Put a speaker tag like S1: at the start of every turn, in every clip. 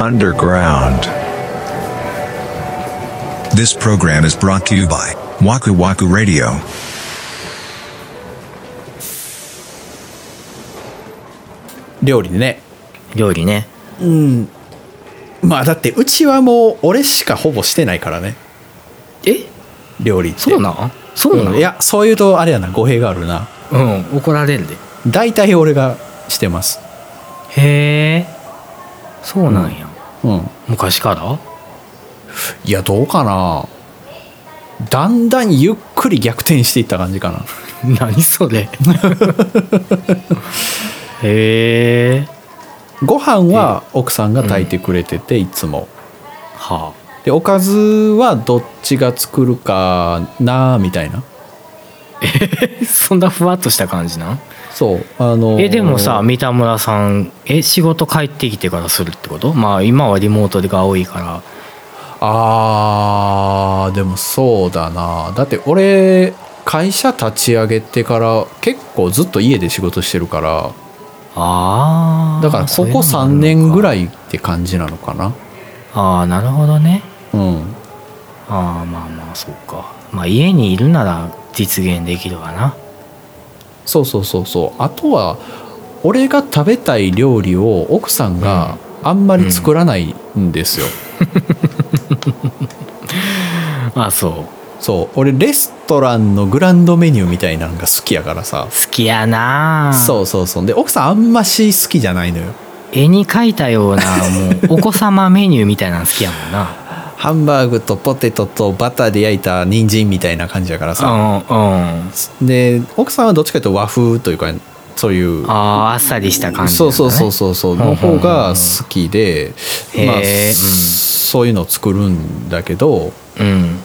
S1: underground.
S2: This program is brought to you by Waku Waku Radio.
S3: 料理でね
S4: 料理ね
S3: まあだってうちはもう俺しかほぼしてないからね
S4: え
S3: 料理って
S4: そうなんそうなん、
S3: うんいやそういうとあれやな語弊があるな
S4: うん怒られんで
S3: 大体俺がしてます
S4: へえそうなんや、
S3: うん
S4: 昔から
S3: いやどうかなだんだんゆっくり逆転していった感じかな
S4: 何それ へえ
S3: ご飯は奥さんが炊いてくれてて、いつも
S4: は
S3: でおかずはどっちが作るかなみたいな
S4: あそんなふわっとした感じなん
S3: そうあの
S4: えでもさ三田村さんえ仕事帰ってきてからするってことまあ今はリモートが多いから
S3: あーでもそうだなだって俺会社立ち上げてから結構ずっと家で仕事してるから
S4: ああ
S3: だからここ3年ぐらいって感じなのかな
S4: ああなるほどね
S3: うん
S4: ああまあまあそうかまあ家にいるなら実現できるわな
S3: そうそうそうそうあとは俺が食べたい料理を奥さんがあんまり作らないんですよ、
S4: あそう
S3: そう俺レストランのグランドメニューみたいなのが好きやからさ
S4: 好きやなあ
S3: そうそうそうで奥さんあんまし好きじゃないのよ
S4: 絵に描いたような もうお子様メニューみたいなの好きやもんな
S3: ハンバーグとポテトとバターで焼いた人参みたいな感じだからさ、
S4: うんうん
S3: で奥さんはどっちかというと和風というかそういう
S4: あーあっさりした感じ、ね、
S3: そうそうそうそうそうの方が好きで、
S4: うんうんうん
S3: まあ、
S4: へーうん
S3: そういうのを作るんだけど
S4: うん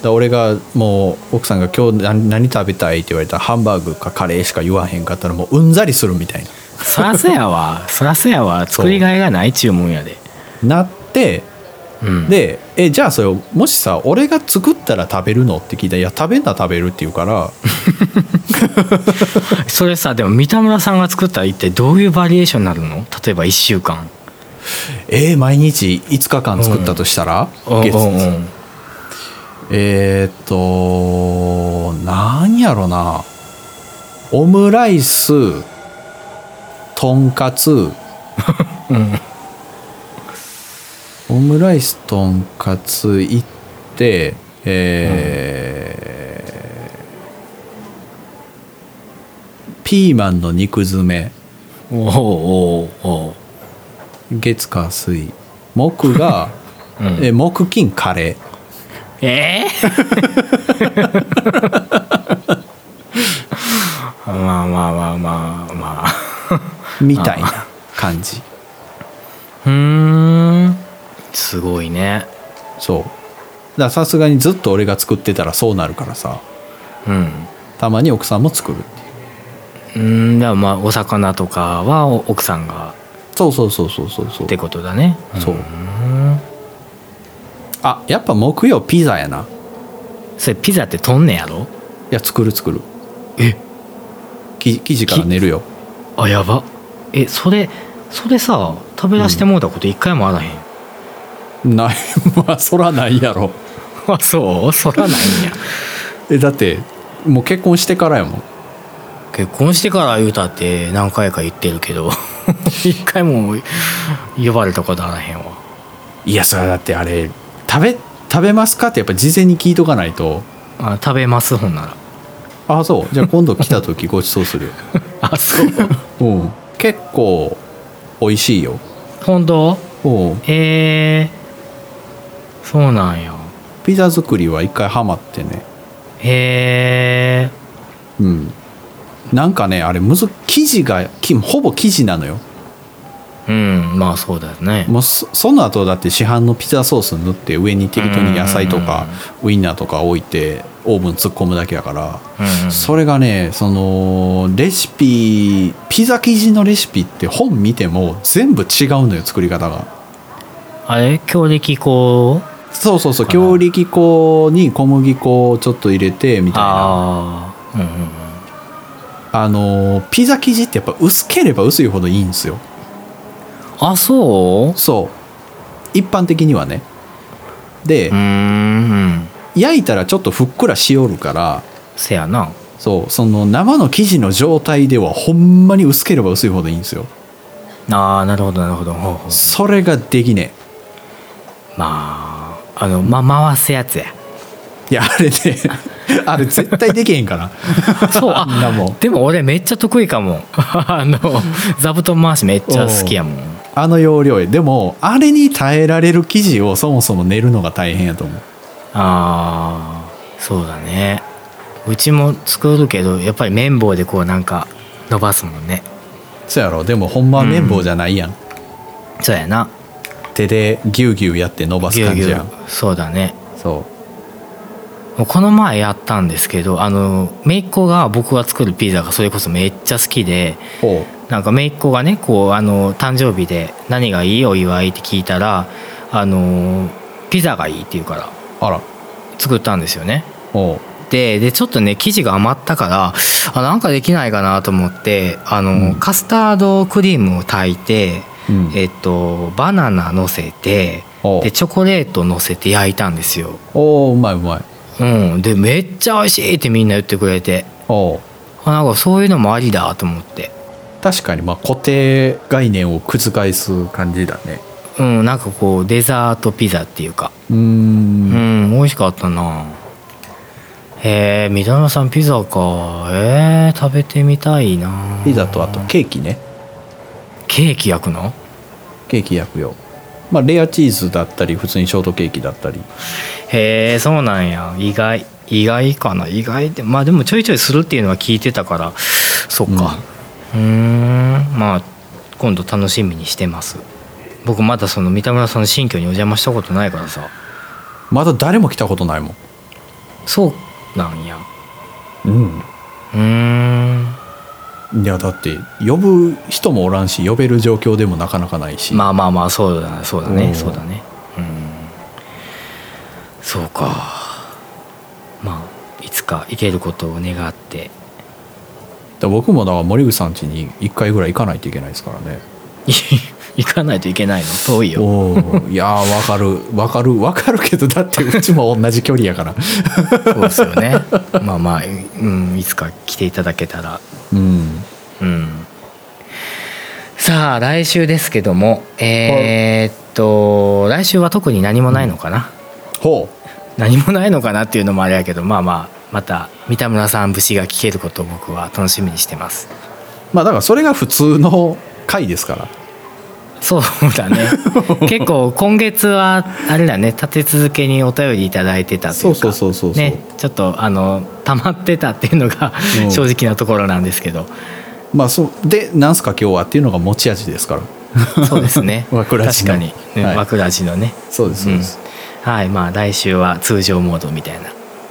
S3: だ俺がもう奥さんが「今日何何食べたい?」って言われたらハンバーグかカレーしか言わへんかったらもううんざりするみたいな
S4: そらそやわそらそやわ
S3: そう
S4: 作りがいがない注文やで
S3: なって
S4: うん
S3: でえじゃあそれをもしさ俺が作ったら食べるのって聞いたら「いや食べんな食べる」って言うから。
S4: それさでも三田村さんが作ったら一体どういうバリエーションになるの例えば1週間
S3: えー毎日5日間作ったとしたら、月
S4: うんうん
S3: えーっとなんやろなオムライスとんかつ、オムライスとんかついってえーピーマンの肉詰め
S4: うんおおおうおう
S3: 月火水木が、
S4: うん
S3: え木金カレー
S4: えー まあまあまあまあまあ
S3: みたいな感じ
S4: うーんすごいね
S3: そうだからさすがにずっと俺が作ってたらそうなるからさ
S4: うん
S3: たまに奥さんも作るっていう
S4: うんだからまあお魚とかはお奥さんが
S3: そうそうそうそうそうそう
S4: ってことだね
S3: そうあやっぱ木曜ピザやな
S4: それピザってとんねやろ
S3: いや作る作る
S4: え
S3: き生地から寝るよ
S4: あやばえそれそれさ食べ出してもうたこと一回もあらへん、
S3: ない まあそらないやろ
S4: あそうそらないんや
S3: えだってもう結婚してからやもん
S4: 結婚してから言うたって何回か言ってるけど 一回も呼ばれたことあらへんわ
S3: いやそれだってあれ食べ食べますかってやっぱ事前に聞いとかないと
S4: あ食べますほんなら
S3: あそうじゃあ今度来た時ごちそうするよ
S4: あそう
S3: うん結構美味しいよ
S4: 本当
S3: うん
S4: へえそうなんや
S3: ピザ作りは一回ハマってね
S4: へえ
S3: うんなんかねあれむず生地がきほぼ生地なのよ
S4: うんまあそうだよね
S3: もうそその後だって市販のピザソース塗って上に適当に野菜とかウインナーとか置いてオーブン突っ込むだけやから、
S4: うん
S3: それがねそのレシピピザ生地のレシピって本見ても全部違うのよ作り方が
S4: あれ強力粉
S3: そうそうそう強力粉に小麦粉をちょっと入れてみたいな
S4: ああうんうんうん
S3: あのピザ生地ってやっぱ薄ければ薄いほどいいんですよ
S4: あそう
S3: そ一般的にはねで、
S4: うーん
S3: 焼いたらちょっとふっくらしおるから
S4: せやな
S3: そうその生の生地の状態ではほんまに薄ければ薄いほどいいんですよ
S4: ああなるほどなるほどほうほう
S3: それができね
S4: まああの、ま、回すやつや
S3: えいや あれねあれ絶対できへんから
S4: そうあ
S3: んなもん
S4: でも俺めっちゃ得意かも あの座布団回しめっちゃ好きやもん
S3: あの容量へでもあれに耐えられる生地をそもそも練るのが大変やと思う
S4: ああそうだねうちも作るけどやっぱり綿棒でこうなんか伸ばすもんね
S3: そうやろでもほんまは綿棒じゃないやん、
S4: そうやな
S3: 手でギュウギュウやって伸ばす
S4: ぎゅう
S3: 感
S4: ぎ
S3: じ
S4: ゅ
S3: や
S4: うんそうだね
S3: そ
S4: もうこの前やったんですけどあの姪っ子が僕が作るピザがそれこそめっちゃ好きで
S3: うほ
S4: なんか姪っ子がねこうあの誕生日で何がいいお祝いって聞いたらあのピザがいいって言うから
S3: うあら
S4: 作ったんですよね
S3: おう
S4: ででちょっとね生地が余ったからあなんかできないかなと思ってあの、
S3: うん
S4: カスタードクリームを炊いて、
S3: うん
S4: えっと、バナナ乗せて
S3: おう
S4: でチョコレート乗せて焼いたんですよ、
S3: おううまいうまい
S4: うん、でめっちゃ美味しいってみんな言ってくれて
S3: おう
S4: あなんかそういうのもありだと思って、
S3: 確かにまあ固定概念を覆す感じだね
S4: うん、なんかこうデザートピザっていうか
S3: うーん
S4: うん、美味しかったなへえ三田村さんピザかえー、食べてみたいな
S3: ピザとあとケーキね
S4: ケーキ焼くの
S3: ケーキ焼くよまあレアチーズだったり普通にショートケーキだったり
S4: へえそうなんや意外意外かな意外でまあでもちょいちょいするっていうのは聞いてたからそっかうんんまあ今度楽しみにしてます僕まだその三田村さんの新居にお邪魔したことないからさ
S3: まだ誰も来たことないもん
S4: そうなんや
S3: うん
S4: うーん
S3: いやだって呼ぶ人もおらんし呼べる状況でもなかなかないし、
S4: まあまあまあそうだねそうだ
S3: う
S4: ね
S3: ん
S4: そうだねうんそうかまあいつか行けることを願って
S3: だ僕もだから森口さん家に1回ぐらい行かないといけないですからね
S4: い行かないといけないの遠いよ
S3: おーいやーわかるわかるわかるけどだってうちも同じ距離や から
S4: そうですよね まあまあ、うん、いつか来ていただけたら
S3: うん
S4: うんさあ来週ですけどもえーっと来週は特に何もないのかな、
S3: ほ
S4: 何もないのかなっていうのもあれやけどまあまあまた三田村さん節が聞けることを僕は楽しみにしてます
S3: うまあだからそれが普通の回ですから
S4: そうだ ね結構今月はあれだね立て続けにお便りいただいてたとい
S3: そう
S4: うか
S3: そうそうそうそう
S4: ねちょっとあの溜まってたっていうのが
S3: うん
S4: 正直なところなんですけど
S3: まあそうでなんすか今日はっていうのが持ち味ですから
S4: そうですね
S3: 枕地
S4: 確
S3: の
S4: かに、ね
S3: はい
S4: 枕地のね
S3: そうですそうです、
S4: うん、はいまあ来週は通常モードみたいな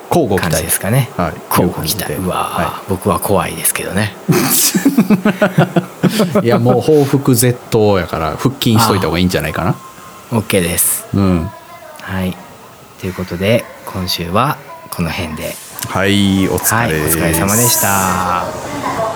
S3: 交互期
S4: 感じ
S3: 待
S4: ですかね
S3: はい
S4: 交互期待
S3: いう感じで
S4: うわー、
S3: は
S4: 僕は怖いですけ どね
S3: いやもう報復絶倒やから腹筋しといた方がいいんじゃないかな
S4: OK です
S3: うん
S4: はいということで今週はこの辺で
S3: はいお疲
S4: はい
S3: れ
S4: お疲れ様でした